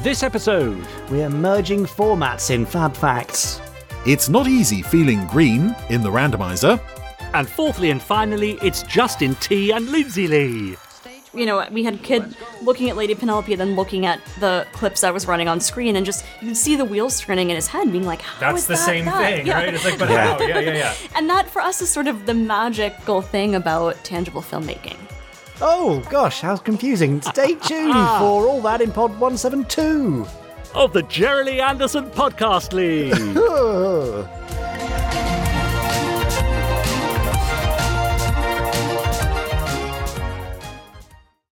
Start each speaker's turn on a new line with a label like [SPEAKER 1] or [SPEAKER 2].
[SPEAKER 1] this episode.
[SPEAKER 2] We're merging formats in Fab Facts.
[SPEAKER 3] It's not easy feeling green in the randomizer.
[SPEAKER 1] And fourthly and finally, it's Justin T and Lindsay Lee.
[SPEAKER 4] you know, we had kid looking at Lady Penelope, then looking at the clips that was running on screen, and just you could see the wheels turning in his head, being like, "How
[SPEAKER 5] That's
[SPEAKER 4] is
[SPEAKER 5] the
[SPEAKER 4] that
[SPEAKER 5] same
[SPEAKER 4] that?"
[SPEAKER 5] thing,
[SPEAKER 4] Yeah.
[SPEAKER 5] right? It's like, but
[SPEAKER 2] Yeah.
[SPEAKER 5] how? Oh, Yeah, yeah, yeah.
[SPEAKER 4] And that for us is sort of the magical thing about tangible filmmaking.
[SPEAKER 2] Oh gosh, how confusing. Stay tuned for all that in Pod 172.
[SPEAKER 1] Of the Geraldine Anderson Podcast League.
[SPEAKER 2] Ugh.